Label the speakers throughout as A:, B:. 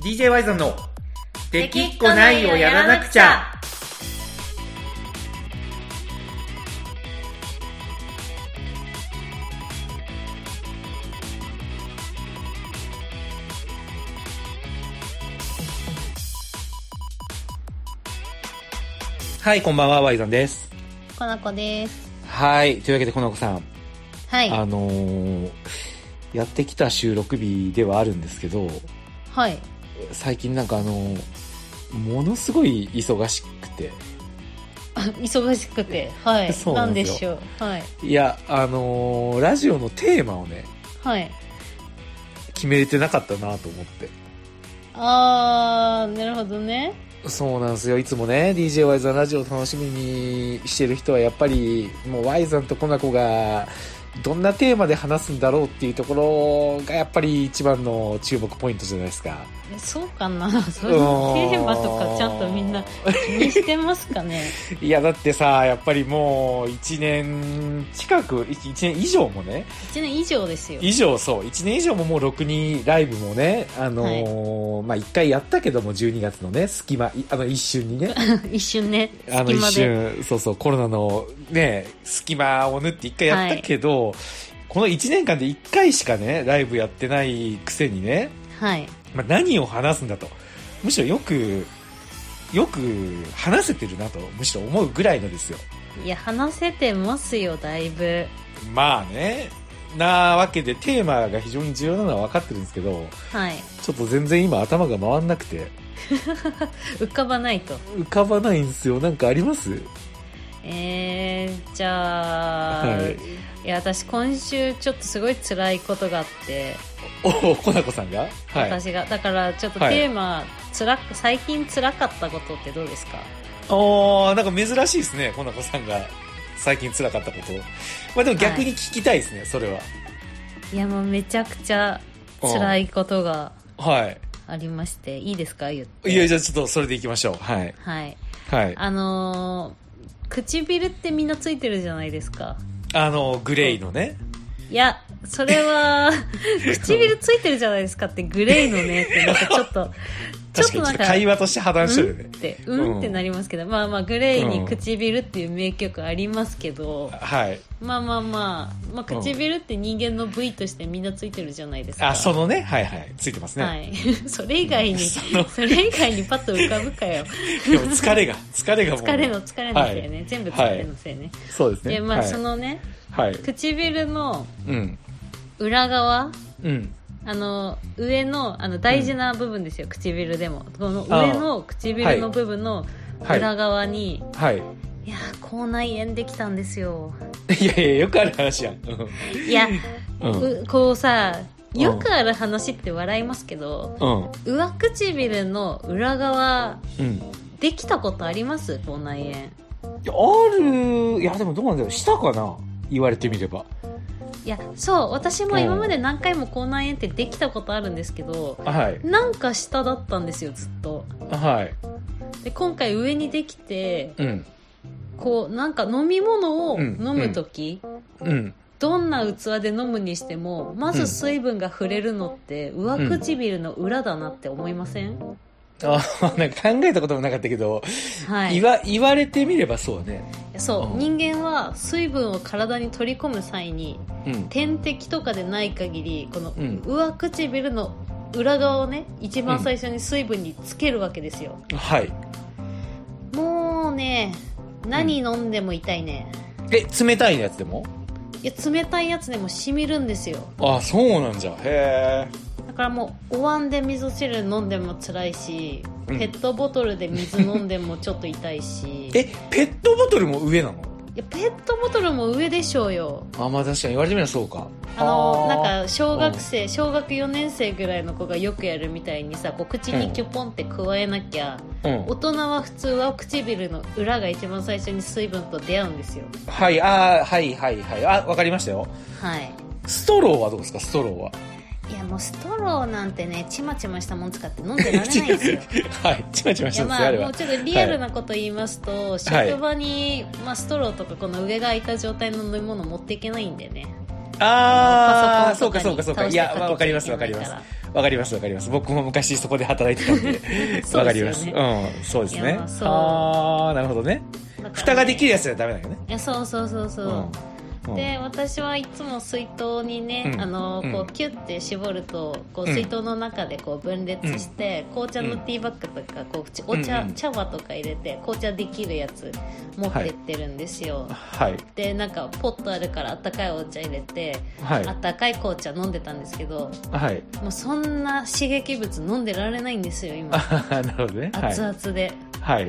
A: DJ ワイゾンの「できっこないをやらなくちゃ」はいこんばんはワイゾンです
B: かなこです。
A: はいというわけでこの子さん、
B: はい。
A: あのーやってきた収録日ではあるんですけど
B: はい。
A: 最近なんかあのーものすごい忙しくて
B: あ忙しくて。はい。
A: そうな
B: なんん
A: で
B: ですし
A: よ
B: ょう。はい。
A: いや、あのーラジオのテーマをね、
B: はい。
A: 決めれてなかったなと思って。
B: あー、なるほどね。
A: そうなんですよ。いつもね、d j y ザンラジオを楽しみにしてる人は、やっぱり、もう Y ザンとコナコが、どんなテーマで話すんだろうっていうところが、やっぱり一番の注目ポイントじゃないですか。
B: そうかなそういうテーマとかちゃんとみんな気にしてます かね
A: いや、だってさ、やっぱりもう、1年近く、1年以上もね、
B: ?1 年以上ですよ。
A: 以上そう1年以上ももうろくにライブもねあのーまあ1回やったけども12月のね隙間いあの一瞬 にね
B: 一瞬ね、
A: あの
B: 隙
A: 一
B: 間で。
A: 瞬そうそうコロナのね隙間を縫って1回やったけど、この1年間で1回しかねライブやってないくせにね、
B: はい。
A: まあ、何を話すんだとむしろよくよく話せてるなとむしろ思うぐらいのですよ
B: いや、話せてますよ、だいぶ。
A: まあねなわけでテーマが非常に重要なのは分かってるんですけど
B: はい。
A: ちょっと全然今頭が回んなくて
B: 浮かばないと。
A: 浮かばないんですよなんかあります
B: えー、じゃあ、
A: はい
B: い、や、私今週ちょっとすごい辛いことがあって、
A: おおコナコさんがはい
B: 私がだからちょっと
A: はい
B: テーマ、つらく最近つらかったことってどうですか
A: おーなんか珍しいですねコナコさんが最近辛かったことまあでも逆に聞きたいですね、それはい
B: やもうめちゃくちゃ辛いことが
A: は
B: ありましていいですか言って
A: いいやじゃあちょっとそれでいきましょうはい
B: はい
A: はいあ
B: あのー唇ってみんなついてるじゃないですか
A: のグレイのね
B: いやそ れは唇ついてるじゃないですかってグレーのねってなん かちょっと
A: 確かにちょっと会話として破談してるよ
B: うんっ
A: ね、
B: てうんってなりますけど、まあまあグレーに唇っていう名曲ありますけど、
A: はい
B: まあまあまあ、まあ、唇って人間の部位としてみんなついてるじゃないですか。
A: あそのねはいはいついてますね、
B: はい。 それ以外に、
A: そ
B: そ
A: の
B: れ以外にパッと浮かぶ かよ。
A: でも疲れが疲れがもう
B: 疲れの疲れのせいね。全部疲れのせいね。
A: そうですね
B: で、まあ
A: はい、
B: そのね、
A: はい
B: 唇の
A: うん
B: 裏側、
A: うん
B: あの、上の、あの、大事な部分ですよ、唇でも。この上の唇の部分の
A: はい
B: 裏側に、
A: はい
B: いやー、口内炎できたんですよ。
A: いやいやよくある話やんうん
B: いや、
A: うん
B: うこうさ、よくある話って笑いますけど、
A: うん
B: 上唇の裏側
A: うん
B: できたことあります口内炎
A: いやあるいやでもどうなんだろうしたかな言われてみれば
B: いやそう私も今まで何回も口内炎ってできたことあるんですけど
A: はい
B: なんか下だったんですよずっと
A: はい
B: で今回上にできて
A: うん
B: こうなんか飲み物を
A: うん
B: 飲む時、
A: うん
B: どんな器で飲むにしてもまず水分が触れるのって上唇の裏だなって思いません、
A: あ ーなんか考えたこともなかったけど、
B: はい
A: 言わ言われてみればそうね
B: そううん人間は水分を体に取り込む際に
A: うん
B: 点滴とかでない限りこの
A: うん
B: 上唇の裏側をね一番最初に水分につけるわけですよ、
A: はい
B: もうね何飲んでも痛いね、
A: え冷たいやつでも
B: いや冷たいやつでもしみるんですよ
A: あそうなんじゃへえ
B: だからもうお椀で味噌汁飲んでも辛いし、
A: うん
B: ペットボトルで水飲んでもちょっと痛いしい
A: えペットボトルも上なの
B: やペットボトルも上でしょうよ
A: あまあ確かに言われてみればそうか
B: あの
A: ー
B: なんか小学生小学4年生ぐらいの子がよくやるみたいにさこう口にキュポンって加えなきゃ、
A: うん
B: 大人は普通は唇の裏が一番最初に水分と出会うんですよ
A: はいあーはいはいはいあわかりましたよ
B: はい
A: ストローはどうですかストローはい
B: やもうストローなんてねちまちましたもん使って飲んで られないですよ
A: はいちまちま
B: い
A: したんです
B: やま
A: よあ
B: あ
A: れ
B: も
A: は
B: うちょっとリアルなこと言いますと、職場に、まあ、ストローとかこの上が空いた状態の飲み物持っていけないんでね
A: ああ、
B: パソ
A: そ
B: コ
A: うかそう
B: ンとかに
A: かそう
B: 倒
A: か。
B: し
A: い
B: て
A: や、
B: 書
A: まあ
B: け
A: わかります
B: ちゃ
A: わ
B: いけ
A: かり
B: な
A: ま
B: い
A: す
B: ら。
A: わかりますわかります。僕も昔そこで働いてたん で
B: す。よね
A: わかります。うん、そうです
B: い
A: ね
B: や。そう
A: ああ、なるほどね。
B: だから
A: 蓋ができるやつじゃダメだよね。
B: いやそうそうそうそう、
A: うん。うん
B: で私はいつも水筒にね、
A: うん
B: あの
A: うん
B: こうキュッて絞るとこう
A: うん
B: 水筒の中でこう分裂して、紅茶のティーバッグとかこうちお茶、
A: うんうん
B: 茶葉とか入れて紅茶できるやつ持ってってるんですよ、
A: はい。
B: でなんかポットあるからあったかいお茶入れて、
A: はい
B: あったかい紅茶飲んでたんですけど
A: はい。
B: もうそんな刺激物飲んでられないんですよ
A: あ
B: 今
A: ははなるほどね。はい
B: 熱。々で、
A: はい。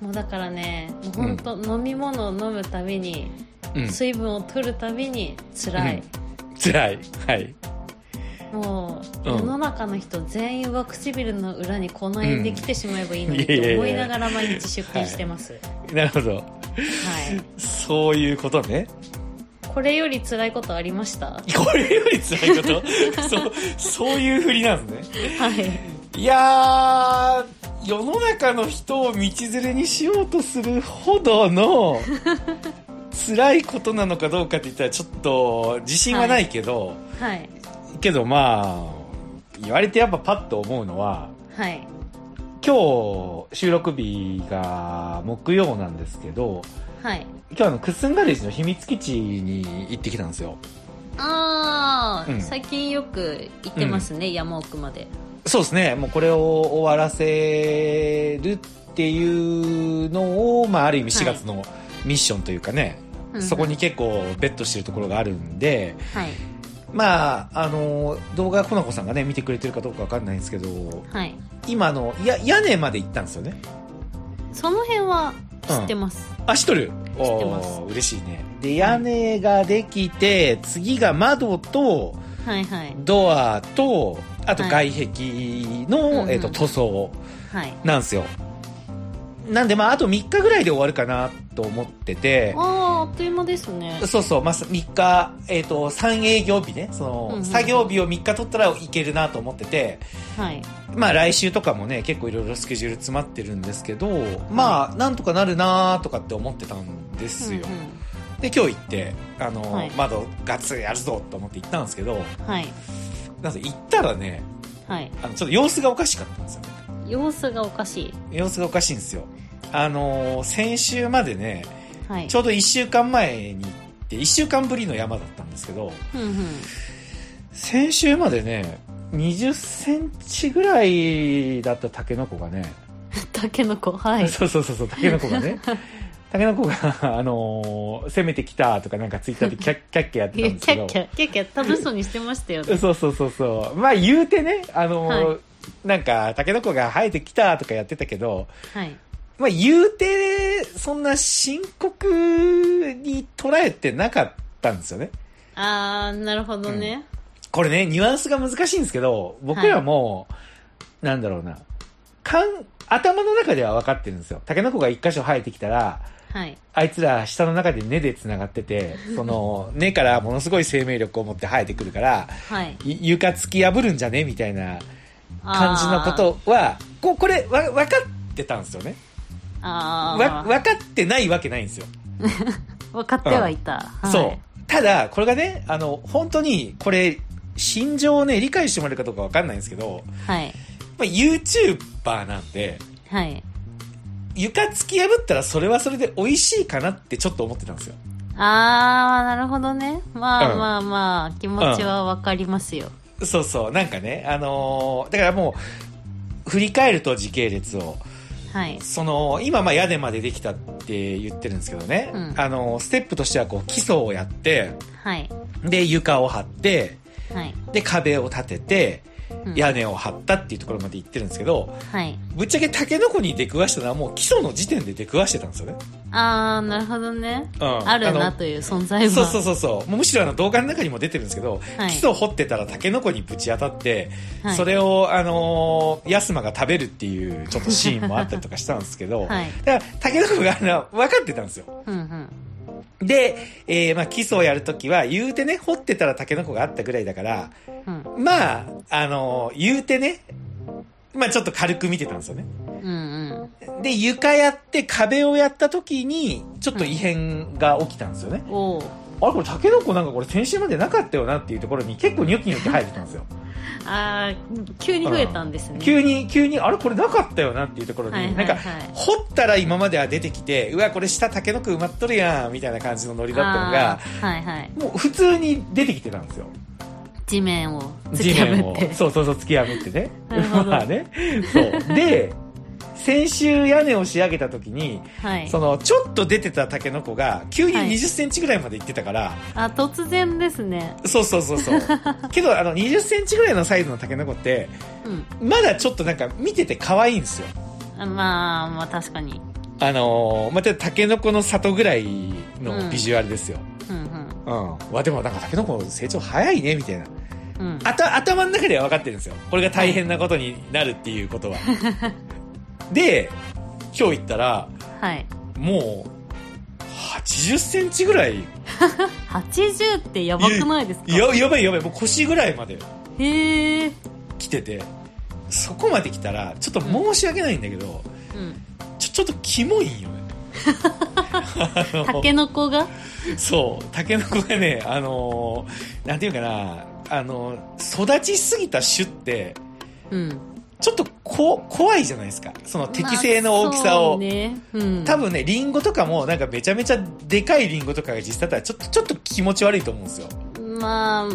B: もうだからねもう本当、飲み物を飲むたびに
A: うん。
B: 水分を取るたびに辛い、
A: 辛い。はい。
B: もう、
A: うん
B: 世の中の人全員上唇の裏にこの辺できてしまえばいいのに
A: うんいやい
B: と
A: やいや
B: 思いながら毎日出勤してます、はい
A: なるほど。そういうことね。
B: これより辛いことありましたは
A: これより辛いこと そう、そういうふりなんですね。
B: い
A: いやー、世の中の人を道連れにしようとするほどの辛いことなのかどうかって言ったらちょっと自信はないけど、
B: はい
A: けどまあ、言われてやっぱパッと思うのは、
B: はい
A: 今日収録日が木曜なんですけど、
B: はい
A: 今日あの、クッスンガレージの秘密基地に行ってきたんですよ。
B: ああ、
A: うん
B: 最近よく行ってますね、山奥まで
A: そうですね。もうこれを終わらせるっていうのを、まあある意味4月のミッションというかね、
B: うん
A: そこに結構ベットしてるところがあるんで、
B: はい
A: まあ、あの、動画、コナコさんがね、見てくれてるかどうかわかんないんですけど、
B: はい
A: 今の、や、屋根まで行ったんですよね。
B: その辺は知ってます、
A: あ、知っとる
B: 知ってます
A: おー嬉しいね。で、屋根ができて、次が窓と、
B: はいはい
A: ドアと、あと
B: は
A: 外壁の、
B: うんうん
A: えっと、塗装
B: はい
A: なんですよ。なんで、まあ、あと3日ぐらいで終わるかなと思ってて、
B: あーあっという間ですね
A: そうそう、まあ、3日、えっ、と、3営業日ね、その、
B: うんうん
A: 作業日を3日取ったらいけるなと思ってて、
B: はい
A: まあ、来週とかもね、結構いろいろスケジュール詰まってるんですけど、まあ、なんとかなるなとかって思ってたんですよ。
B: うん
A: で、今日行って、あの、
B: はい
A: 窓ガッツリやるぞと思って行ったんですけど、
B: うんはい
A: なんせ行ったらね、
B: はい
A: あの、ちょっと様子がおかしかったんですよね。
B: 様子がおかしい
A: 様子がおかしいんですよ。あのー先週までね、
B: はい
A: ちょうど1週間前に行って、1週間ぶりの山だったんですけど、
B: うんうん
A: 先週までね、20センチぐらいだったタケノコがね、
B: タケノコは い
A: そうそうそうそう、タケノコが ね、タケノコが、あのー攻めてきたとかなんかツイッ ターでキャッキャッキャやって
B: い
A: た
B: や
A: ん
B: キ
A: ですけ
B: ャ
A: ど
B: ッ、キャキャッキャ楽しそうにしてましたよね
A: そうそうそうそう。まあ言うてね、あのー
B: は
A: なんか、タケノコが生えてきたとかやってたけど、
B: はい
A: まあ言うて、そんな深刻に捉えてなかったんですよね。
B: あーなるほどね、
A: これね、ニュアンスが難しいんですけど、僕らも、なんだろうな、かん、頭の中では分かってるんですよ。タケノコが一箇所生えてきたら、
B: はい
A: あいつら下の中で根で繋がってて、そ の根からものすごい生命力を持って生えてくるから、
B: はい
A: ゆ床突き破るんじゃねみたいな感じのこ
B: あー
A: とは、こう、これ、わ、分かってたんですよね。
B: あ
A: わ、
B: ー
A: 分かってないわけないんですよ。
B: 分かってはいた、はい、
A: そう。ただ、これがね、あの、本当に、これ、心情をね、理解してもらえるかどうかわかんないんですけど、
B: はい
A: まあ、YouTuber なんで、
B: はい
A: 床突き破ったらそれはそれで美味しいかなってちょっと思ってたんですよ。
B: あーなるほどねまあ、
A: うん
B: まあまあ気持ちは分かりますよ、
A: そうそう、なんかね、あのーだからもう、振り返ると時系列を、
B: はい
A: その、今、まあ、屋根までできたって言ってるんですけどね、
B: うん
A: あのーステップとしてはこう、基礎をやって、
B: はい
A: で、床を張って、
B: はい、
A: で、壁を立てて、
B: うん
A: 屋根を張ったっていうところまで行ってるんですけど、
B: はい
A: ぶっちゃけタケノコに出くわしたのはもう基礎の時点で出くわしてたんですよね。
B: ああなるほどね、
A: うん
B: ある
A: あ
B: な
A: の
B: という存在は
A: そうそうそうそう。もうむしろあの動画の中にも出てるんですけど、
B: はい
A: 基礎掘ってたらタケノコにぶち当たって、
B: はい
A: それを、あのー、ヤスマが食べるっていうちょっとシーンもあったりとかしたんですけど、
B: はい
A: だからタケノコがあの分かってたんですよ。
B: うんうん
A: で、えーまあ基礎をやるときは言うてね、掘ってたらタケノコがあったぐらいだから、
B: うん
A: まあ、あのー言うてね、まあちょっと軽く見てたんですよね。
B: うんうん
A: で、床やって壁をやった時に、ちょっと異変が起きたんですよね。
B: おお
A: あれこれタケノコなんかこれ先週までなかったよなっていうところに結構ニョキニョキ入ってたんですよ
B: あー急に増えたんですね、
A: 急に急にあれこれなかったよなっていうところに、
B: はいはいはい
A: なんか掘ったら今までは出てきてうわこれ下タケノコ埋まっとるやんみたいな感じのノリだったの
B: あ
A: が
B: ーはいはい
A: もう普通に出てきてたんですよ
B: 地面を突き
A: 地面
B: 破
A: を
B: って
A: そうそうそう突き破ってね
B: なるほど
A: まあねそうで先週屋根を仕上げた時に
B: はい
A: そのちょっと出てたタケノコが急に
B: は
A: 2
B: い
A: 0ンチぐらいまで行ってたから、
B: あ突然ですね
A: そうそうそう そうけどあの2 0ンチぐらいのサイズのタケノコって
B: うん
A: まだちょっとなんか見てて可愛いんですよ
B: あまあまあ確かに
A: あのー、またタケノコの里ぐらいのビジュアルですよ、
B: うんうん
A: うんわでもなんかタケノコ成長早いねみたいな
B: うん
A: あた頭の中では分かってるんですよこれが大変なことになるっていうことはで今日行ったら
B: はい
A: もう8 0ンチぐらい
B: 80ってやばくないですか
A: ややばいやばいもう腰ぐらいまで
B: へえ
A: 来ててそこまで来たらちょっと申し訳ないんだけど、
B: うん
A: ちょちょっとキモいんよねあの
B: タケノコが
A: そうタケノコがねあのーなんていうかなあのー育ちすぎた種って
B: うん
A: ちょっとこ怖いじゃないですかその適正の大きさ
B: まあそ
A: を、
B: うねうん
A: 多分ねリンゴとかもなんかめちゃめちゃでかいリンゴとかが実際だったらちょっとちょっと気持ち悪いと思うんですよ
B: まあ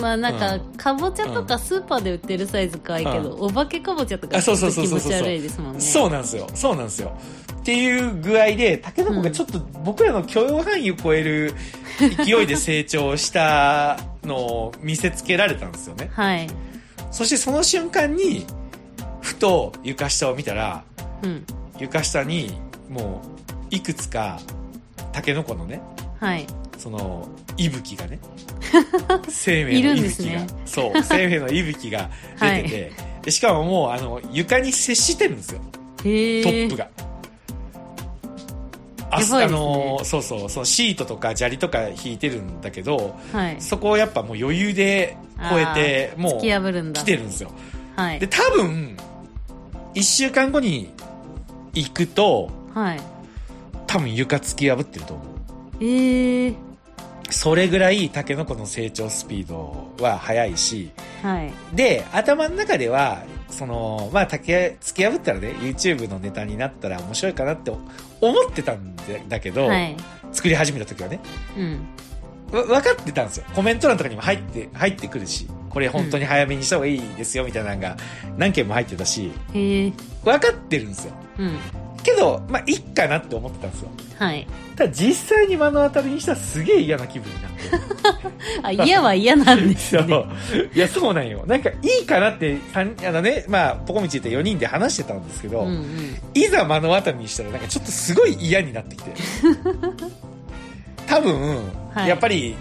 B: まあなんか、
A: う
B: かぼちゃとかスーパーで売ってるサイズ可愛いけど、お化けかぼちゃとか
A: あ
B: ち
A: そ
B: ょ
A: う
B: っ
A: そう
B: と
A: そうそう
B: 気持
A: そう
B: ち悪いですもんね
A: そうなんですよそうなんですよっていう具合でタケノコがちょっと僕らの許容範囲を超える勢いで成長したのを見せつけられたんですよね
B: はい
A: そしてその瞬間にふと床下を見たら
B: うん
A: 床下にもういくつかタケノコのね
B: はい
A: その息吹 がね生命の息吹
B: い
A: が、
B: るんです
A: そう生命の息吹が出てて、でしかももうあの床に接してるんですよ
B: へえ
A: トップが。あ
B: やばいですね
A: あのそうそうそのシートとか砂利とか引いてるんだけど
B: はい
A: そこをやっぱもう余裕で超えて
B: あー
A: も
B: 突
A: う
B: き破るんだ
A: 来てるんですよ
B: はい
A: で多分1週間後に行くと
B: はい
A: 多分床突き破ってると思う
B: へえ
A: それぐらいタケノコの成長スピードは速いし
B: はい
A: で頭の中ではそのまあ竹突き破ったらね YouTube のネタになったら面白いかなって思ってたんだだけど、
B: はい
A: 作り始めた時はね
B: うん
A: わ分かってたんですよコメント欄とかにも入って入ってくるしこれ本当に早めにした方がいいですよみたいなのが何件も入ってたし
B: へえ
A: 分かってるんですよ
B: うん
A: けどまあいっかなって思ってたんですよ
B: はい
A: ただ実際に目の当たりにしたらすげえ嫌な気分になって
B: あ嫌は嫌なんです
A: そ
B: ね
A: う。いや、そうなんよ。なんか、いいかなって、三あのね、まあ、ポコミチって4人で話してたんですけど、
B: うんうん
A: いざ目の当たりにしたら、なんかちょっとすごい嫌になってきて。多分、
B: はい
A: やっぱり、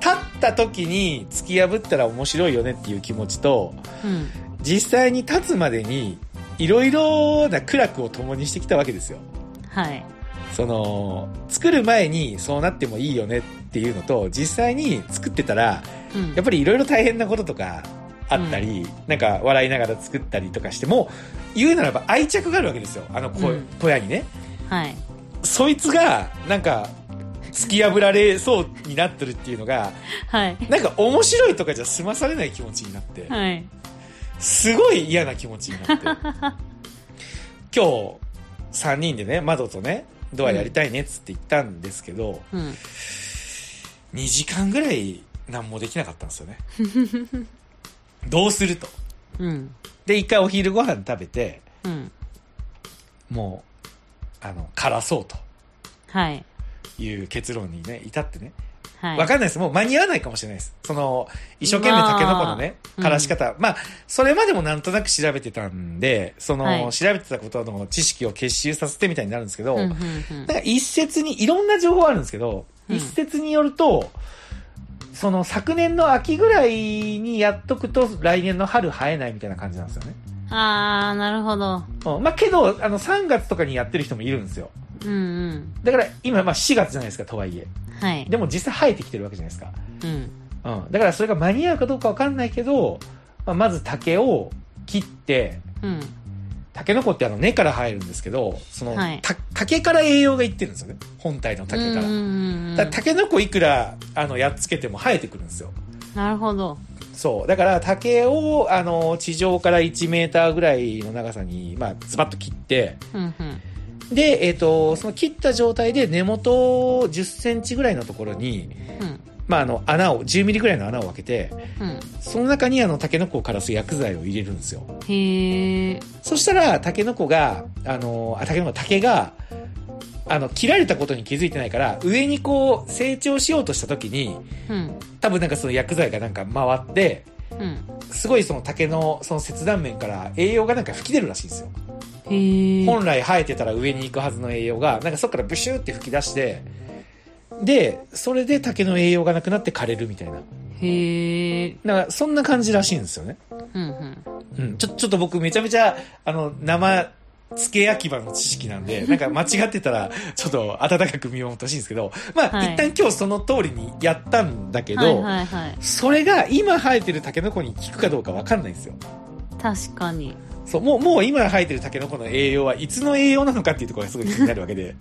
A: 立った時に突き破ったら面白いよねっていう気持ちと、
B: うん
A: 実際に立つまでに、いろいろな苦楽を共にしてきたわけですよ。
B: はい
A: その、作る前にそうなってもいいよねっていうのと、実際に作ってたら、
B: うん
A: やっぱりいろいろ大変なこととかあったり、なんか笑いながら作ったりとかしても、言うならば愛着があるわけですよ。あの小,、
B: うん
A: 小屋にね。
B: はい
A: そいつが、なんか、突き破られそうになってるっていうのが、
B: はい
A: なんか面白いとかじゃ済まされない気持ちになって、
B: はい
A: すごい嫌な気持ちになって。 今日、3人でね、窓とね、ドアやりたいねっつって言ったんですけど、
B: うん
A: 2時間ぐらい何もできなかったんですよね。 どうすると。
B: うん
A: で、一回お昼ご飯食べて、
B: うん
A: もう、あの、枯らそうと
B: はい
A: いう結論にね、至ってね。
B: はい
A: わかんないです。もう間に合わないかもしれないです。その、一生懸命タケノコのね、
B: まあ
A: 枯らし方。まあ、それまでもなんとなく調べてたんで、その、
B: はい
A: 調べてたことの知識を結集させてみたいになるんですけど、
B: うんうん
A: なん
B: うん
A: か一説に、いろんな情報あるんですけど、
B: うん
A: 一説によると、その昨年の秋ぐらいにやっとくと来年の春生えないみたいな感じなんですよね。
B: ああなるほど
A: うん、まあけど、あの3月とかにやってる人もいるんですよ。
B: うんうん
A: だから今まあ4月じゃないですか、とはいえ。
B: はい
A: でも実際生えてきてるわけじゃないですか。
B: うん
A: うん。だからそれが間に合うかどうかわかんないけど、まあ、まず竹を切って、
B: うん
A: タケノコってあの根から生えるんですけど、その、
B: はい
A: た竹から栄養がいってるんですよね。本体の竹から。
B: うんうんうんうん
A: だからタケノコいくら、あの、やっつけても生えてくるんですよ。
B: なるほど。
A: そう。だから竹を、あの、地上から1メーターぐらいの長さに、まあ、ズバッと切って、
B: うんうん。
A: で、えっ、と、その切った状態で根元を10センチぐらいのところに、
B: うん。
A: まあ、あの、穴を、10ミリぐらいの穴を開けて、
B: うん。
A: その中にあの、タケノコを枯らす薬剤を入れるんですよ。
B: へえ。
A: そしたら、タケノコが、あの、あ、タケノコ、竹が、あの、切られたことに気づいてないから、上にこう、成長しようとした時に、
B: うん。
A: 多分なんかその薬剤がなんか回って、
B: うん。
A: すごいその竹の、その切断面から栄養がなんか吹き出るらしいんですよ。
B: へえ。
A: 本来生えてたら上に行くはずの栄養が、なんかそっからブシューって吹き出して、で、それで竹の栄養がなくなって枯れるみたいな。
B: へえ。
A: なんか、そんな感じらしいんですよね。
B: うんうん。
A: うん、ちょ、ちょっと僕めちゃめちゃ、あの、生、付け焼き場の知識なん で、なんか間違ってたら、ちょっと温かく見守ってほしいんですけど、まあ、
B: はい
A: 一旦今日その通りにやったんだけど、
B: はいはいはい。
A: それが今生えてるタケノコに効くかどうかわかんないんですよ。
B: 確かに。
A: そう、もう、もう今生えてるタケノコの栄養はいつの栄養なのかっていうところがすごい気になるわけ で、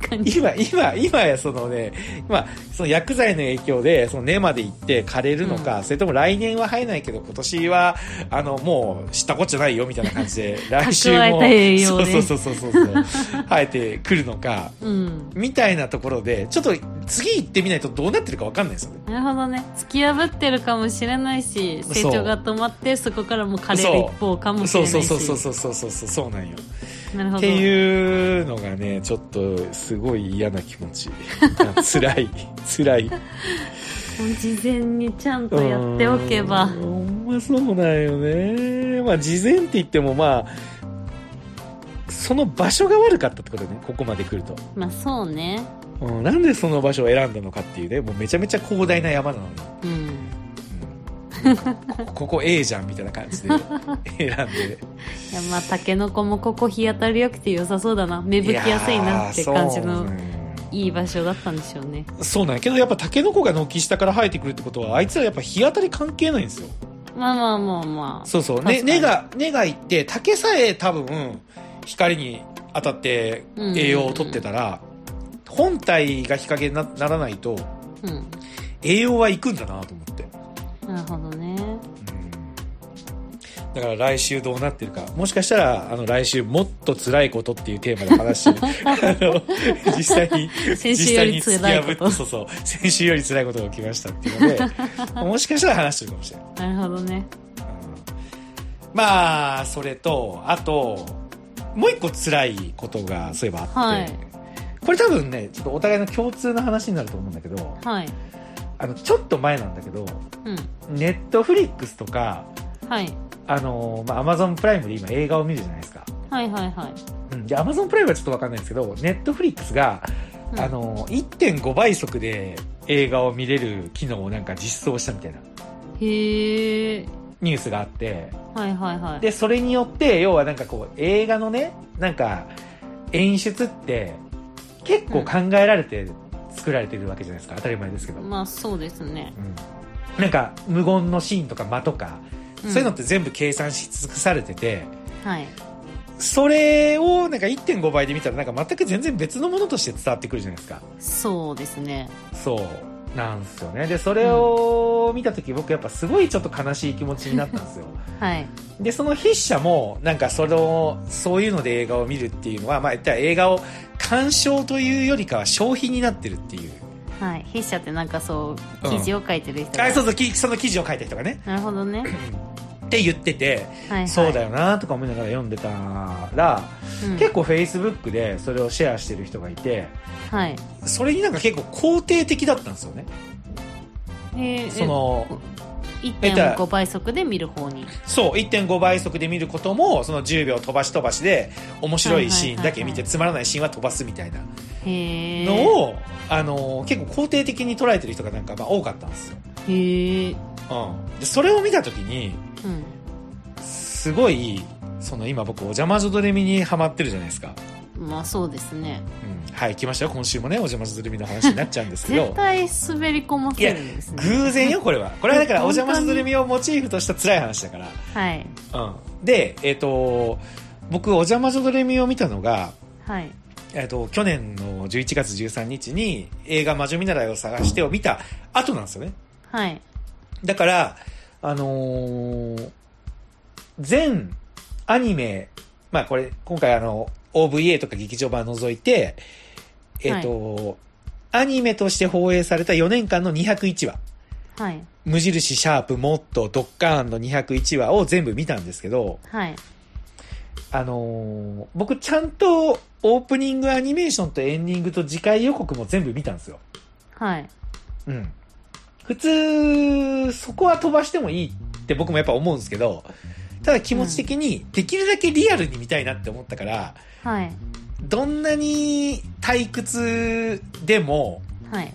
B: 確かに。
A: 今、今、今やそのね、まあ、その薬剤の影響で、その根まで行って枯れるのか、それとも来年は生えないけど、今年は、あの、もう知ったこっちゃないよみたいな感じ で、来週も、
B: 蓄えた栄養で
A: そうそうそうそうそう、生えてくるのか、
B: うん。
A: みたいなところで、ちょっと次行ってみないとどうなってるかわかんないですよね。
B: なるほどね。突き破ってるかもしれないし、成長が止まって、そこからもう枯れる一方かもし
A: そ
B: れ
A: う
B: ないし。
A: そうそうそうそうそうそうそうそうなんよ。
B: なるほ
A: っ
B: ど。
A: ていうのがね、ちょっとすごい嫌な気持ち。 辛い。辛い。
B: もう事前にちゃんとやっておけば。
A: うんほんまそうなんよねまあ事前って言ってもまあその場所が悪かったってことねここまで来ると、
B: まあそうね。
A: うん、なんでその場所を選んだのかっていうねもうめちゃめちゃ広大な山なのに、
B: うん。
A: うんこここ A じゃんみたいな感じで選んで
B: いやまあタケノコもここ日当たり良くて良さそうだな 芽吹きやすいなって感じ
A: いやーそうな
B: の
A: んよ
B: いい場所だったんでしょうね
A: そうなんやけどやっぱタケノコが軒下から生えてくるってことはあいつらやっぱ日当たり関係ないんですよ
B: まあまあまあまあ
A: そうそう。
B: 確か
A: ね、
B: に
A: 根が、根がいって、竹さえ多分、光に当たって
B: うん
A: 栄養を取ってたら、本体が日陰になならないと、
B: うん
A: 栄養はいくんだなと思って。
B: なるほどね
A: だから来週どうなってるか。もしかしたら、あの、来週もっと辛いことっていうテーマで話して、 あの、実際に、
B: 先週より
A: 実際に
B: 辛いこ
A: 突き破
B: と
A: ってそうそう。先週より辛いことが起きましたっていうので、もしかしたら話してるかもしれない。
B: なるほどね
A: まあ、それと、あと、もう一個辛いことが、そういえばあって、
B: はい
A: これ多分ね、ちょっとお互いの共通の話になると思うんだけど、
B: はい
A: あの、ちょっと前なんだけど、
B: うん
A: ネットフリックスとか、
B: はい
A: あの、まあ、アマゾンプライムで今映画を見るじゃないですか。
B: はいはいは
A: う
B: い
A: ん。で、アマゾンプライムはちょっとわかんないんですけど、ネットフリックスが、
B: うん
A: あの、1.5倍速で映画を見れる機能をなんか実装したみたいな
B: へえ
A: ニュースがあって、
B: はいはいはい
A: で、それによって、要はなんかこう、映画のね、なんか、演出って、結構考えられて作られてるわけじゃないですか。当たり前ですけど。
B: まあそうですね
A: うんなんか、無言のシーンとか間とか、そういうのって全部計算し尽くされてて、
B: うんはい
A: それをなんか1.5倍で見たらなんか全く全然別のものとして伝わってくるじゃないですか。
B: そうですね
A: そう。なんですよね。で、それを見た時僕やっぱすごいちょっと悲しい気持ちになったんですよ。
B: はい
A: で、その筆者も、なんかその、そういうので映画を見るっていうのは、まあ、言ったら映画を鑑賞というよりかは消費になってるっていう。
B: はい筆者ってなんかそう記事を書いてる人が
A: あ、そうそう、きその記事を書いた人がね、
B: なるほどね
A: って言ってて、
B: はいはい
A: そうだよなとか思いながら読んでたら、
B: うん
A: 結構 Facebook でそれをシェアしてる人がいて、
B: はい
A: それになんか結構肯定的だったんですよね。
B: えー
A: その、えっ
B: 1.5
A: と
B: 倍速で見る方に
A: そう、1.5倍速で見ることも、その10秒飛ばし飛ばしで、面白いシーンだけ見
B: はいはいはい
A: て、
B: は
A: つまらないシーンは飛ばすみたいな。
B: へえ
A: のを、あの結構肯定的に捉えてる人がなんかまあ多かったんですよ、
B: へえ
A: うん、でそれを見た時に
B: うん
A: すごいその今僕「お邪魔女ドレミ」にハマってるじゃないですか、
B: まあそうですね
A: うん、はい来ましたよ今週もね「お邪魔女ドレミ」の話になっちゃうんですけ
B: 絶
A: ど
B: 対滑り込ませるんですね
A: 偶然よこれはこれはだから「お
B: 本当に
A: 邪魔女ドレミ」をモチーフとした辛い話だから、
B: はい
A: うん、でえっ、と僕、お邪魔女ドレミを見たのが、
B: はい
A: えっと、去年の11月13日に映画魔女見習いを探してを見た後なんですよね。
B: はい
A: だから、あのー全アニメ、まあこれ、今回あの、OVA とか劇場版除いて、えっ、と、アニメとして放映された4年間の201話、
B: はい
A: 無印、シャープ、モット、ドッカーンの201話を全部見たんですけど、
B: はい
A: あのー僕ちゃんとオープニングアニメーションとエンディングと次回予告も全部見たんですよ。
B: はい
A: うん。普通、そこは飛ばしてもいいって僕もやっぱ思うんですけど、ただ気持ち的にできるだけリアルに見たいなって思ったから、
B: はい
A: どんなに退屈でも
B: はい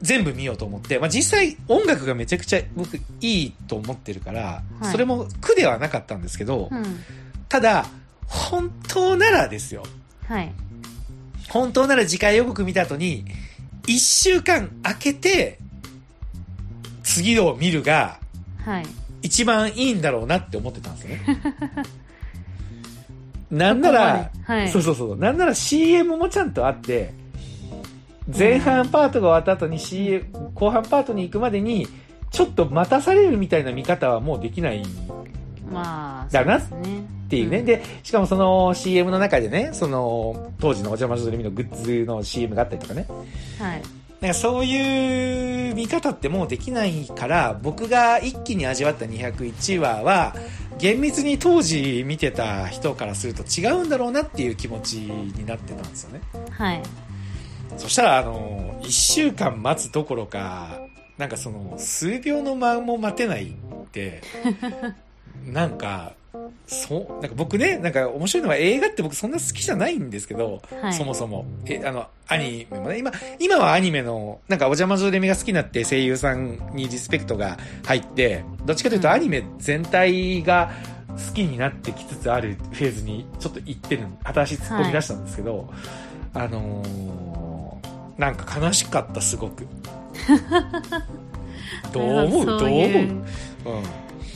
A: 全部見ようと思って、まあ実際音楽がめちゃくちゃ僕いいと思ってるから、
B: はい
A: それも苦ではなかったんですけど、
B: うん
A: ただ、本当ならですよ。
B: はい
A: 本当なら次回予告見た後に、一週間空けて、次を見るが、
B: はい
A: 一番いいんだろうなって思ってたんですよね。なんなら、
B: ここまではい
A: そうそうそう、なんなら CM もちゃんとあって、前半パートが終わった後に CM、後半パートに行くまでに、ちょっと待たされるみたいな見方はもうできないっ
B: まあ
A: だな
B: そうですね
A: ていうね。で、しかもその CM の中でね、その当時のお邪魔女ドレミのグッズの CM があったりとかね。
B: はい
A: なんかそういう見方ってもうできないから、僕が一気に味わった201話は、厳密に当時見てた人からすると違うんだろうなっていう気持ちになってたんですよね。
B: はい
A: そしたら、あの、一週間待つどころか、なんかその、数秒の間も待てないって、なんか、そう、なんか僕ね、なんか面白いのは映画って僕そんな好きじゃないんですけど、
B: はい
A: そもそも。え、あの、アニメもね、今、今はアニメの、なんかお邪魔女レミが好きになって声優さんにリスペクトが入って、どっちかというとアニメ全体が好きになってきつつあるフェーズにちょっと行ってる、新しい突っ込み出したんですけど、あのーなんか悲しかった、すご く。どう思う
B: そ
A: どう
B: れはそ
A: 思う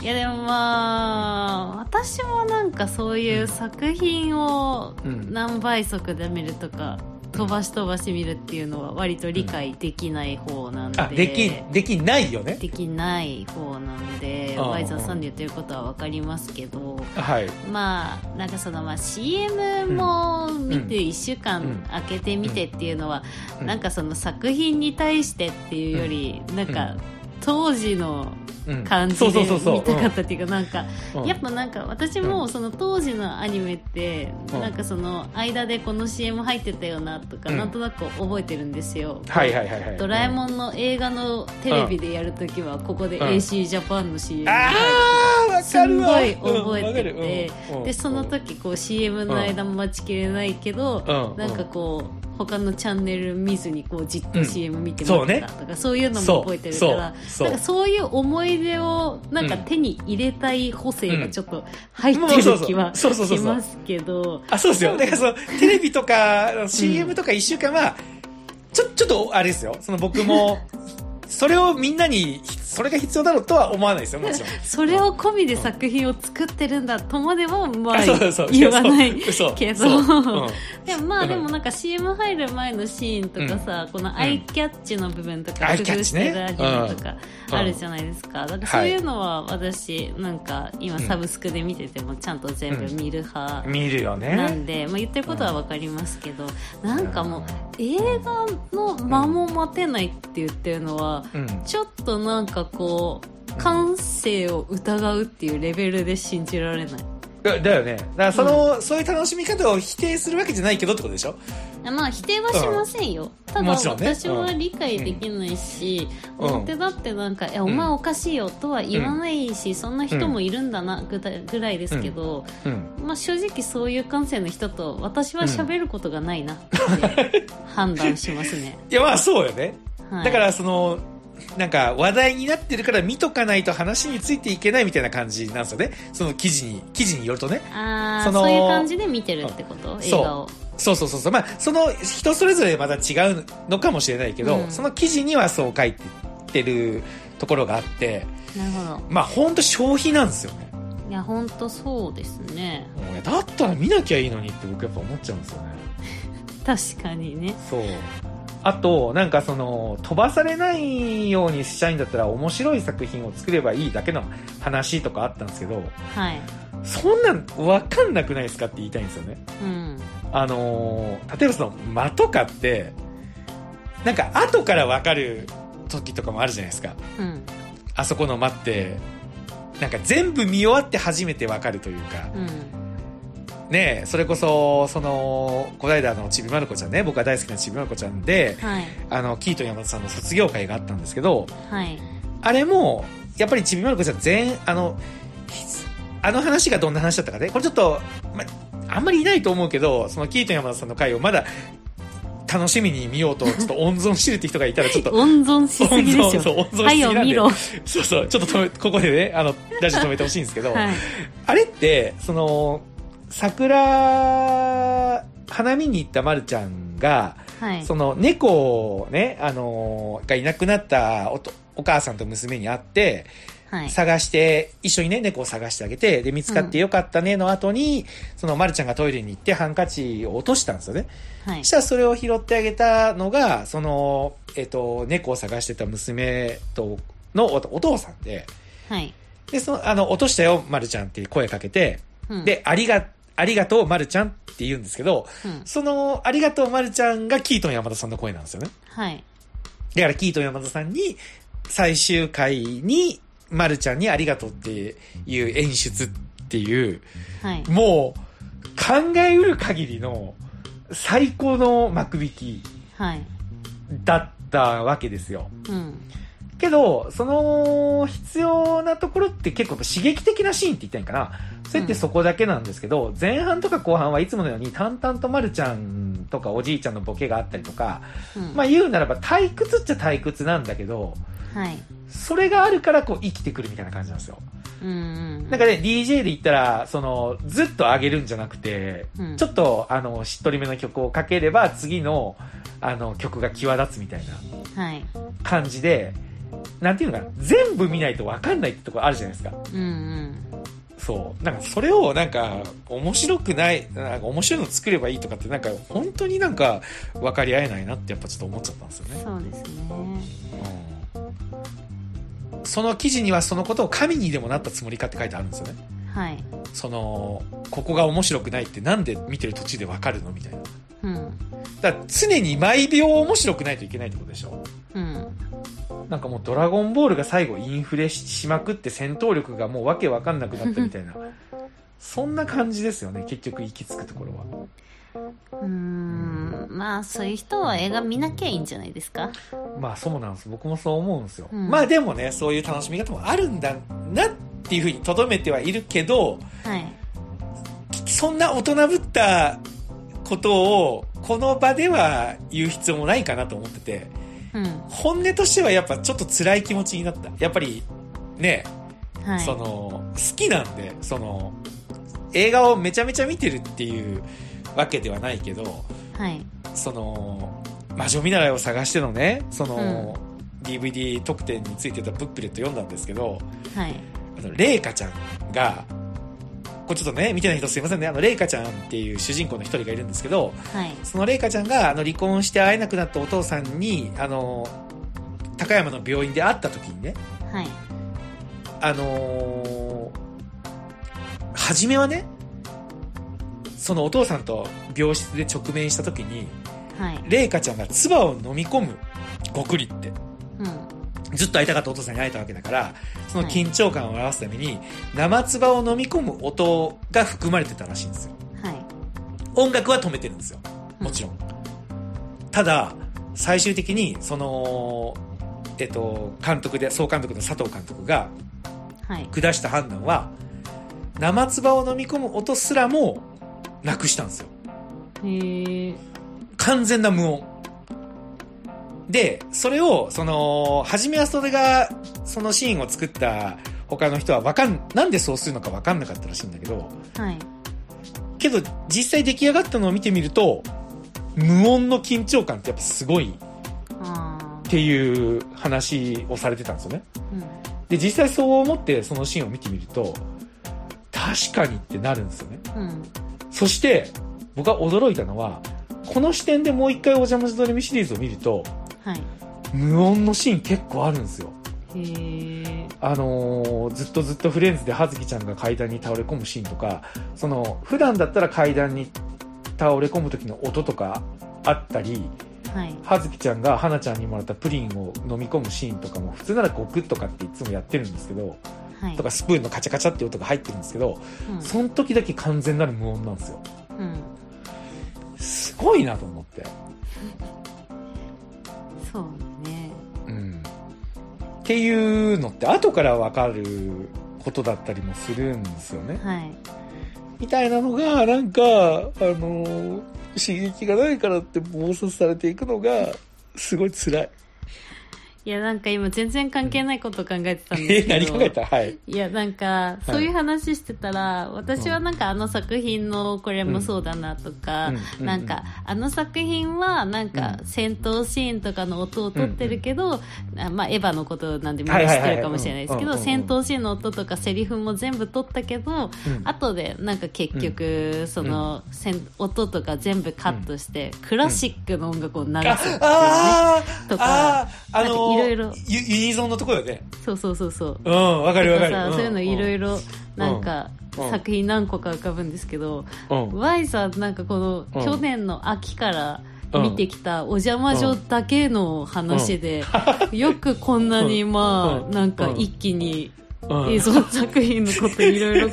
B: いいやでもまあ私もなんかそういう作品を
A: うん
B: 何倍速で見るとか、飛ばし飛ばし見るっていうのは割と理解できない方なんで、
A: あ、でき、できないよね。
B: できない方なので
A: ああ
B: ワイザーさんの言ってることは分かりますけど
A: はい。
B: まあなんかそのまあ CM も見て
A: う
B: 1週間空けてみてっていうのは、
A: うん
B: なんかその作品に対してっていうより、なんか当時の
A: うん
B: 感じ
A: そう
B: で
A: そうそうそう
B: 見たかったっていうかなんか
A: うん
B: やっぱなんか私もその当時のアニメって
A: うん
B: なんかその間でこの CM 入ってたよなとか
A: うん
B: なんとなく覚えてるんですよ。
A: はいはいはいはい。
B: ドラえもんの映画のテレビでやるときはここで
A: うん
B: AC ジャパンの CM が
A: あ
B: 入って
A: あわかるわ
B: すんごい覚えてて
A: うんわかるうんうん
B: でその時こう CM の間も待ちきれないけど、
A: うん
B: なんかこう他のチャンネル見ずにこうじっ
A: う
B: と
A: ん
B: CM 見て
A: そ
B: 待
A: う
B: っ
A: ね
B: てたとか、そういうのも覚えてるから
A: そうそう
B: なんかそういう思い出をなんか
A: うん
B: 手に入れたい補正がちょっと入っ
A: もう
B: て
A: そう
B: る
A: そう
B: 気は
A: そうそうそうそう
B: しますけど
A: あそうですよだからそのテレビとか CM とか1週間はちょちょっとあれですよその僕もそれをみんなにそれが必要だろうとは思わないですよもちろん
B: それを込みで作品を作ってるんだとまではま
A: あ
B: あ
A: そうそうそう
B: 言わない
A: そう
B: けど
A: そうそううん
B: でもま
A: う
B: あ
A: ん
B: でもなんか CM 入る前のシーンとかさ、このアイキャッチの部分とか
A: アイ
B: 工夫
A: キャッチ
B: し
A: ね
B: てるアニメとか
A: うん
B: あるじゃないですか,、だからそういうのは私なんか今サブスクで見ててもちゃんと全部見る派
A: 見るよね
B: なんで、まあ、言ってることは分かりますけど、なんかもう映画の間も待てないって言ってるのは、
A: うん
B: ちょっとなんかこう感性を疑うっていうレベルで信じられない。
A: だだよねだからその、そういう楽しみ方を否定するわけじゃないけどってことでしょ
B: まあ否定はしませんよ、ただ
A: もちろんね
B: 私は理解できないし、
A: うん
B: 表だってなんか「いやお前おかしいよ」とは言わないし、そんな人もいるんだなぐだぐらいですけど、
A: うん
B: まあ、正直そういう感性の人と私は喋ることがない なって判断しますね、
A: いやまあそうよね
B: はい、
A: だからそのなんか話題になってるから見とかないと話についていけないみたいな感じなんですよねその記事に記事によるとね
B: あー
A: その
B: そういう感じで見てるってこと映画を
A: そうそうそうそうまあその人それぞれまた違うのかもしれないけど、
B: うん
A: その記事にはそう書いてるところがあって
B: なるほど
A: まあほんと消費なんですよね
B: いやほんとそうですね
A: もうねだったら見なきゃいいのにって僕やっぱ思っちゃうんですよね
B: 確かにね
A: そうあとなんかその飛ばされないようにしたいんだったら面白い作品を作ればいいだけの話とかあったんですけど
B: はい
A: そんなん分かんなくないですかって言いたいんですよね
B: うん
A: あのー例えばその間とかってなんか後から分かる時とかもあるじゃないですか
B: うん
A: あそこの間ってなんか全部見終わって初めて分かるというか、
B: うん
A: ねえそれこそそのこないだのちびまる子ちゃんね僕が大好きなちびまる子ちゃんで
B: はい
A: あのキートン山田さんの卒業会があったんですけど
B: はい
A: あれもやっぱりちびまる子ちゃん全あのひあの話がどんな話だったかねこれちょっと、ま、あんまりいないと思うけどそのキートン山田さんの回をまだ楽しみに見ようとちょっと温存してるって人がいたらちょっと。
B: 温存しすぎでし
A: そう
B: ょ
A: 温存
B: は
A: し
B: い
A: す
B: を
A: ぎなん
B: 見
A: で
B: ろは
A: そうそうちょっと止めここでねあのラジオ止めてほしいんですけど、
B: い
A: あれって、その、桜、花見に行ったまるちゃんが、
B: はい
A: その猫をね、あのーがいなくなったおとお母さんと娘に会って、
B: はい
A: 探して、一緒にね、猫を探してあげて、で、見つかってよかったねの後に、そのまるちゃんがトイレに行ってハンカチを落としたんですよね。
B: はい
A: そしたらそれを拾ってあげたのが、その、えっと、猫を探してた娘と、のおお父さんで、
B: はい
A: で、その、あの、落としたよ、まるちゃんって声かけて、
B: うん
A: で、ありが、ありがとう、まるちゃんって言うんですけど、
B: うん
A: その、ありがとう、まるちゃんがキートン山田さんの声なんですよね。
B: はい
A: だから、キートン山田さんに、最終回に、まるちゃんにありがとうっていう演出っていう、
B: はい
A: もう、考えうる限りの、最高の幕引き
B: はい
A: だったわけですよ。
B: うん
A: けど、その、必要なところって結構刺激的なシーンって言ったんかな。それってそこだけなんですけど、前半とか後半はいつものように淡々とまるちゃんとかおじいちゃんのボケがあったりとか、
B: うん
A: まあ言うならば退屈っちゃ退屈なんだけど、
B: はい
A: それがあるからこう生きてくるみたいな感じなんですよ。
B: うんうん
A: なんかね、DJ で言ったら、その、ずっと上げるんじゃなくて、
B: うん
A: ちょっと、あの、しっとりめの曲をかければ、次の、あの、曲が際立つみたいな。
B: はい
A: 感じで、なんていうのかな、全部見ないと分かんないってところあるじゃないですか。
B: うんうん
A: そう。なんかそれをなんか、面白くない、なんか面白いの作ればいいとかって、なんか本当になんか分かり合えないなってやっぱちょっと思っちゃったんですよね。
B: そうですね
A: うんその記事にはそのことを神にでもなったつもりかって書いてあるんですよね。
B: はい
A: その、ここが面白くないってなんで見てる途中で分かるのみたいな。
B: うん
A: だから常に毎秒面白くないといけないってことでしょ
B: うん
A: なんかもうドラゴンボールが最後インフレししまくって戦闘力がもうわけわかんなくなったみたいな。そんな感じですよね、結局行き着くところは。
B: うーんまあそういう人は映画見なきゃいいんじゃないですか
A: まあそうなんです。僕もそう思うんですよ。
B: うん
A: まあでもね、そういう楽しみ方もあるんだなっていうふうにとどめてはいるけど、
B: はい
A: そんな大人ぶったことをこの場では言う必要もないかなと思ってて、
B: うん
A: 本音としてはやっぱちょっと辛い気持ちになった。やっぱり、ね、
B: はい
A: その好きなんでその映画をめちゃめちゃ見てるっていうわけではないけど
B: はい
A: その魔女見習いを探してのねその、DVD 特典についてたブックレット読んだんですけど
B: はい
A: あのレイカちゃんがこれちょっとね見てない人すいませんねあのレイカちゃんっていう主人公の一人がいるんですけど
B: はい
A: そのレイカちゃんがあの離婚して会えなくなったお父さんにあの高山の病院で会った時にね
B: はい
A: あのー初めはね、そのお父さんと病室で直面した時に、
B: はい
A: レイカちゃんが唾を飲み込む、ごくりって。
B: うん
A: ずっと会いたかったお父さんに会えたわけだから、その緊張感を表すために、生唾を飲み込む音が含まれてたらしいんですよ。
B: はい
A: 音楽は止めてるんですよ。もちろん。ただ、最終的に、その、えっと、監督で、総監督の佐藤監督が、
B: はい
A: 下した判断は生唾を飲み込む音すらもなくしたんですよ
B: へえ
A: 完全な無音でそれをその初めはそれがそのシーンを作った他の人はわかんなんでそうするのかわかんなかったらしいんだけど
B: はい
A: けど実際出来上がったのを見てみると無音の緊張感ってやっぱすごいっ
B: あ
A: ていう話をされてたんですよね
B: あうん
A: で実際そう思ってそのシーンを見てみると確かにってなるんですよね。
B: うん
A: そして、僕が驚いたのは、この視点でもう一回お邪魔しどれみシリーズを見ると、
B: はい
A: 無音のシーン結構あるんですよ。
B: へえ
A: あのーずっとずっとフレンズで葉月ちゃんが階段に倒れ込むシーンとか、その、普段だったら階段に倒れ込む時の音とかあったり、
B: はい
A: 葉月ちゃんが花ちゃんにもらったプリンを飲み込むシーンとかも、普通ならゴクッとかっていつもやってるんですけど、
B: はい
A: とかスプーンのカチャカチャって音が入ってるんですけど、
B: うん
A: その時だけ完全なる無音なんですよ。
B: うん
A: すごいなと思って。
B: そうね
A: うん。っていうのって後からわかることだったりもするんですよね。
B: はい
A: みたいなのが、なんか、あのー刺激がないからって暴殺されていくのが、すごい辛い。
B: いやなんか今全然関係ないこと考えてたんで
A: え、
B: す け
A: 何
B: ど
A: 考えたはい。
B: いやなんかそういう話してたら、私はなんかあの作品のこれもそうだなとか、
A: うん
B: なんかあの作品はなんか
A: うん
B: 戦闘シーンとかの音を取ってるけど、あまあエヴァのことなんでみん
A: はい
B: な
A: は
B: 知
A: いは
B: っ
A: い
B: てるかもしれないですけ
A: うん
B: ど
A: うんうん
B: 戦闘シーンの音とかセリフも全部取ったけど
A: うん
B: 後でなんか結局そのせん音とか全部カットしてクラシックの音楽を流すっていうね
A: あー
B: とか
A: あーあのー
B: なんかいろいろ
A: ユユニゾンのとこよね。
B: そうそうそうそう
A: うん、わかるわか
B: とか
A: る。
B: さそういうのいろいろなんか
A: うん
B: 作品何個か浮かぶんですけど、
A: ろ
B: Y さんなんかこの
A: うん
B: 去年の秋から見てきたお邪魔女だけの話で、よくこんなにま
A: う
B: あ
A: ん
B: なんか
A: うん
B: 一気に
A: うん
B: 映像作品のこといろいろ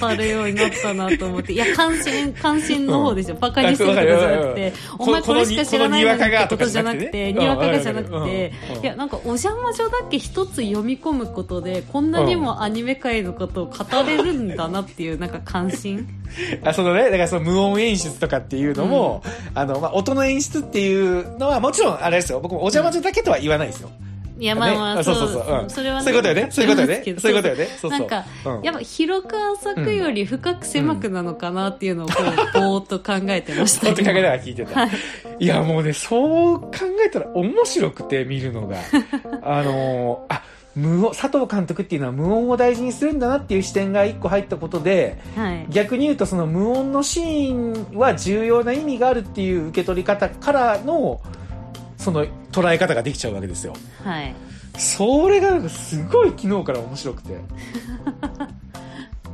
B: 語るようになったなと思っていや関心関心の方ですよバカにしてるとかじゃなくて
A: うん
B: お前これしか知らないのにってことじゃなくて
A: こ
B: に
A: の
B: わ
A: この
B: か
A: にわかが
B: が
A: とかじ
B: じゃ
A: ゃ
B: な
A: なくてねう
B: くて
A: んうんうん
B: いやなんかお邪魔女だけ一つ読み込むことでこんなにもアニメ界のことを語れるんだなっていうなんか関心
A: あそのね、だからその無音演出とかっていうのも、あの、まあ、音の演出っていうのは、もちろん、あれですよ。僕もお邪魔女だけとは言わないですよ。
B: いやまあまあ、
A: ね
B: そう
A: そうそうそううん
B: それは
A: そういうことよねそういうことよねそういうことよねそうそう
B: なんか、
A: うん
B: やっぱ広く浅くより深く狭くなのかなっていうのをこう、ぼーっと考えてまし
A: そ
B: た
A: うって考えなが
B: 今
A: ら聞いてた。い、や、もうね、そう考えたら面白くて、見るのが。あのーあ、無音、佐藤監督っていうのは無音を大事にするんだなっていう視点が一個入ったことで、
B: はい。
A: 逆に言うとその無音のシーンは重要な意味があるっていう受け取り方からの、その捉え方ができちゃうわけですよ。
B: はい。
A: それがなんかすごい昨日から面白くて。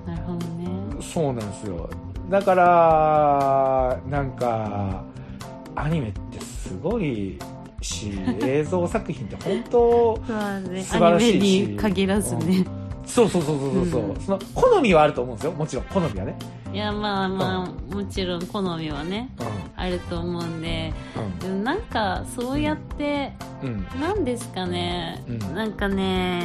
B: なるほどね。
A: そうなんですよ。だから、なんか、アニメってすごいし、映像作品って本当、
B: そうだね
A: 素晴
B: ア
A: らし
B: ニ
A: いし
B: メに限らずね。
A: そうそうそうそうそう、う
B: うん
A: その、好みはあると思うんですよ。もちろん、好みはね。
B: いやまあまあ、もちろん好みはね、
A: う
B: あると思うんで、
A: ん。
B: でもなんかそうやって、
A: うん。
B: なんですかね、
A: うん
B: なんかね、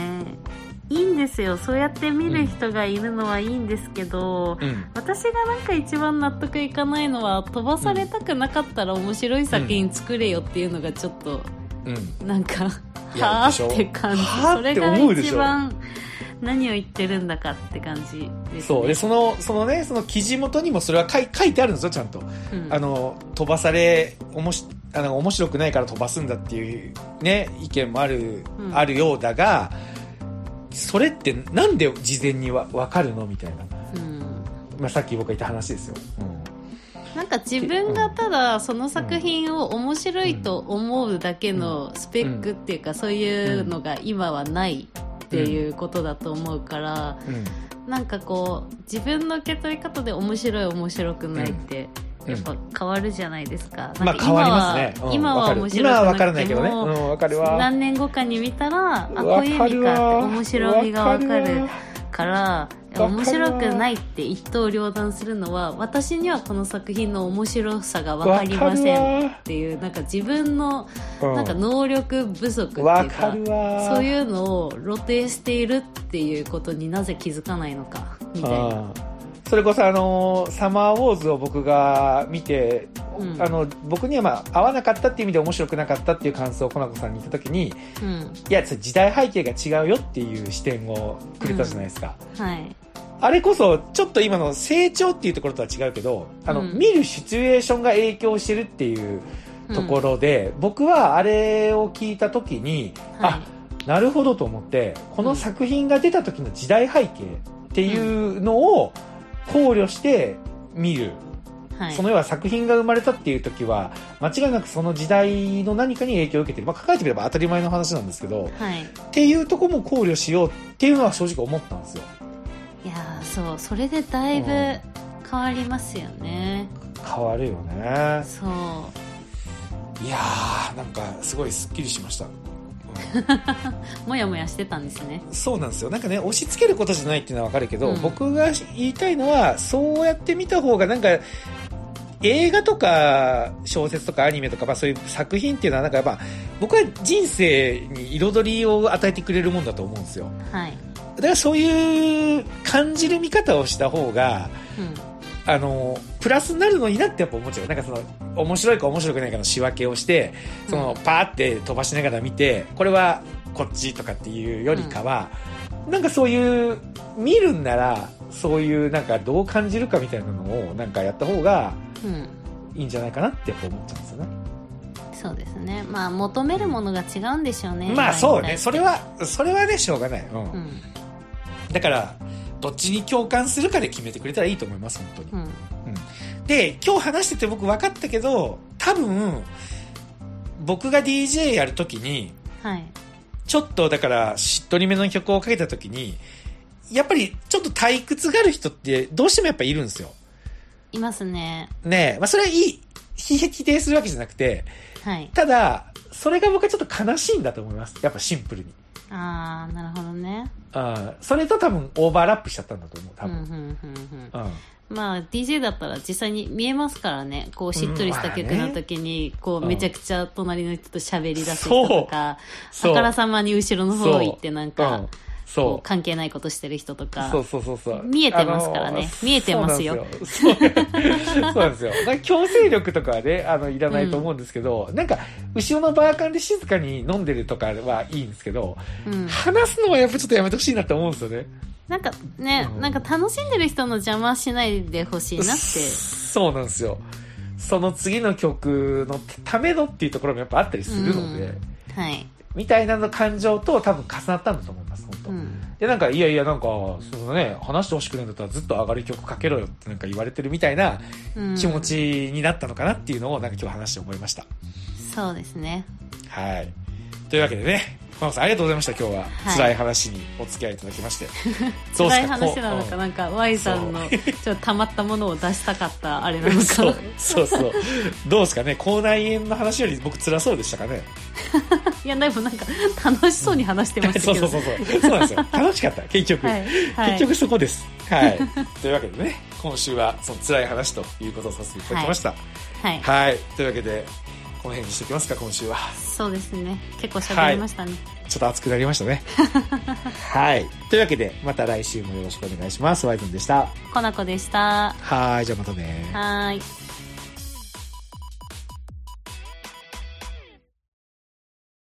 B: いいんですよ。そうやって見る人がいるのはいいんですけど、
A: うん。
B: 私がなんか一番納得いかないのは飛ばされたくなかったら面白い作品作れよっていうのがちょっと
A: うん。
B: なんか、
A: いや
B: はあ
A: でしょ
B: って感じ
A: はあ
B: それ
A: っ
B: が
A: て思うでしょ
B: 一番何を言ってるんだかって感じです、ね、
A: そう。で、その、そのね、その記事元にもそれは書い書いてあるんですよ、ちゃんと。
B: うん、
A: あの、飛ばされ、おもし、あの、面白くないから飛ばすんだっていうね、意見もある、
B: うん
A: あるようだが、それってなんで事前にわ、わかるのみたいな。
B: うん
A: まあ、さっき僕が言った話ですよ。
B: なんか自分がただその作品を面白いと思うだけのスペックっていうかそういうのが今はないっていうことだと思うから、
A: うん。うん。
B: なんかこう自分の受け取り方で面白い面白くないって、
A: うん
B: やっぱ変わるじゃないですか,、
A: ま
B: な
A: あ
B: んか
A: 変わりますね。うん
B: 今
A: わ
B: は
A: かる
B: 面
A: 今は
B: 白
A: 分か
B: く
A: らな
B: なく
A: いけ
B: て
A: どね。う
B: も、
A: ん、わかるわ。
B: 何年後かに見たらあこ
A: わ
B: ういう意
A: か
B: 味
A: る
B: かって
A: わ
B: 面白みが分か
A: わかる
B: る
A: わ
B: から
A: るわ
B: 面白くないって一刀両断するのは私にはこの作品の面白さが分かりませんっていうなんか自分の
A: うん。
B: なんか能力不足っていう
A: わ
B: か
A: かるわ。
B: そういうのを露呈しているっていうことになぜ気づかないのかみたいな
A: うんそれこそあのーサマーウォーズを僕が見て、
B: うん
A: あの、僕にはまあ、合わなかったっていう意味で面白くなかったっていう感想をコナコさんに言った時に、
B: うん
A: いや、それ時代背景が違うよっていう視点をくれたじゃないですか。
B: はい
A: あれこそ、ちょっと今の成長っていうところとは違うけど、あの、
B: うん
A: 見るシチュエーションが影響してるっていうところで、僕はあれを聞いた時に、
B: うんはい
A: あなるほどと思ってこの作品が出た時の時代背景っていうのを考慮して見る、
B: はい
A: その要は作品が生まれたっていう時は間違いなくその時代の何かに影響を受けてる、まあ、考えてみれば当たり前の話なんですけど
B: はい
A: っていうとこも考慮しようっていうのは正直思ったんですよ
B: いやーそうそれでだいぶ変わりますよね、
A: 変わるよね
B: そう
A: いやーなんかすごいすっきりしました、
B: もやもやしてたんですね
A: そうなんですよなんかね押し付けることじゃないっていうのは分かるけど、
B: うん
A: 僕が言いたいのはそうやって見た方がなんか映画とか小説とかアニメとか、まあ、そういう作品っていうのはなんかやっぱ僕は人生に彩りを与えてくれるもんだと思うんですよ
B: はい、
A: だからそういう感じる見方をした方が
B: うん、
A: あのプラスになるのになってやっぱ思っちゃうなんかその面白いか面白くないかの仕分けをしてそのパーって飛ばしながら見てこれはこっちとかっていうよりかは、なんかそういう見るんならそういうなんかどう感じるかみたいなのをなんかやった方が
B: うん、
A: いいんじゃないかなってやっぱ思っちゃうんですよね。
B: そうですねまあ求めるものが違うんでしょうね
A: まあそうね
B: 大体
A: それはそれはねしょうがない、うん
B: うん、
A: だからどっちに共感するかで決めてくれたらいいと思います本当に。
B: うん、
A: で、今日話してて僕分かったけど、多分、僕が DJ やるときに、
B: はい
A: ちょっとだからしっとりめの曲をかけたときに、やっぱりちょっと退屈がある人ってどうしてもやっぱいるんですよ。
B: いますね
A: ねえ、まあそれはいい、ひ否定するわけじゃなくて、
B: はい
A: ただ、それが僕はちょっと悲しいんだと思います。やっぱシンプルに。
B: ああなるほどね
A: うん。それと多分オーバーラップしちゃったんだと思う、
B: う
A: 多
B: んうん
A: 分。
B: うんうん
A: うん。
B: まあ DJ だったら実際に見えますからねこうしっとりした曲の時にこ
A: う
B: うんめちゃくちゃ隣の人と喋り出す人とか
A: そ
B: あ
A: う。
B: からさまに後ろの方行ってなん
A: う
B: か
A: ん
B: こ
A: そう
B: う。関係ないことしてる人とか
A: そうそうそうそう
B: 見えてますからね
A: あのー
B: 見えてますよ
A: そうなんですよそうそうなん ですよだから強制力とかはねあのいらないと思うんですけど、なんか後ろのバーカンで静かに飲んでるとかはいいんですけど、
B: うん、
A: 話すのはやっぱちょっとやめてほしいなと思うんですよね
B: なんかね、
A: うん
B: なんか楽しんでる人の邪魔しないでほしいなって
A: そうなんですよその次の曲のためのっていうところもやっぱあったりするので、
B: うんはい、
A: みたいなの感情と多分重なったんだと思います本当、
B: うん、
A: でなんかいやいやなんかそのね話してほしくないんだったらずっと上がる曲かけろよってなんか言われてるみたいな
B: うん
A: 気持ちになったのかなっていうのをなんか今日話して思いました。
B: そうですね
A: はい。というわけでね、ママさんありがとうございました。今日は、
B: はい
A: 辛い話にお付き合いいただきま して。どう
B: 辛い
A: ですか
B: 話なのか、なんか Y さんのちょっとたまったものを出したかったあれな
A: こうう
B: の
A: ん
B: か
A: そ
B: な
A: う、そうそう。どうですかね、口内炎の話より僕辛そうでしたかね。
B: いやでもなんか楽しそうに話してましたけど
A: そうそうそうそう。そうなんです よ。楽しかった、結局。
B: はい、はい、
A: 結局そこです。 はい。というわけでね、今週はその辛い話ということをさせていただきました。
B: はい、
A: はい。というわけで、この辺にしておきますか、今週は。
B: そうですね結構喋りましたね、
A: ちょっと熱くなりま したね。はい。というわけで、また来週もよろしくお願いします。ワイズンでした。
B: コナコでした
A: はい。じゃあまたね。
B: はーい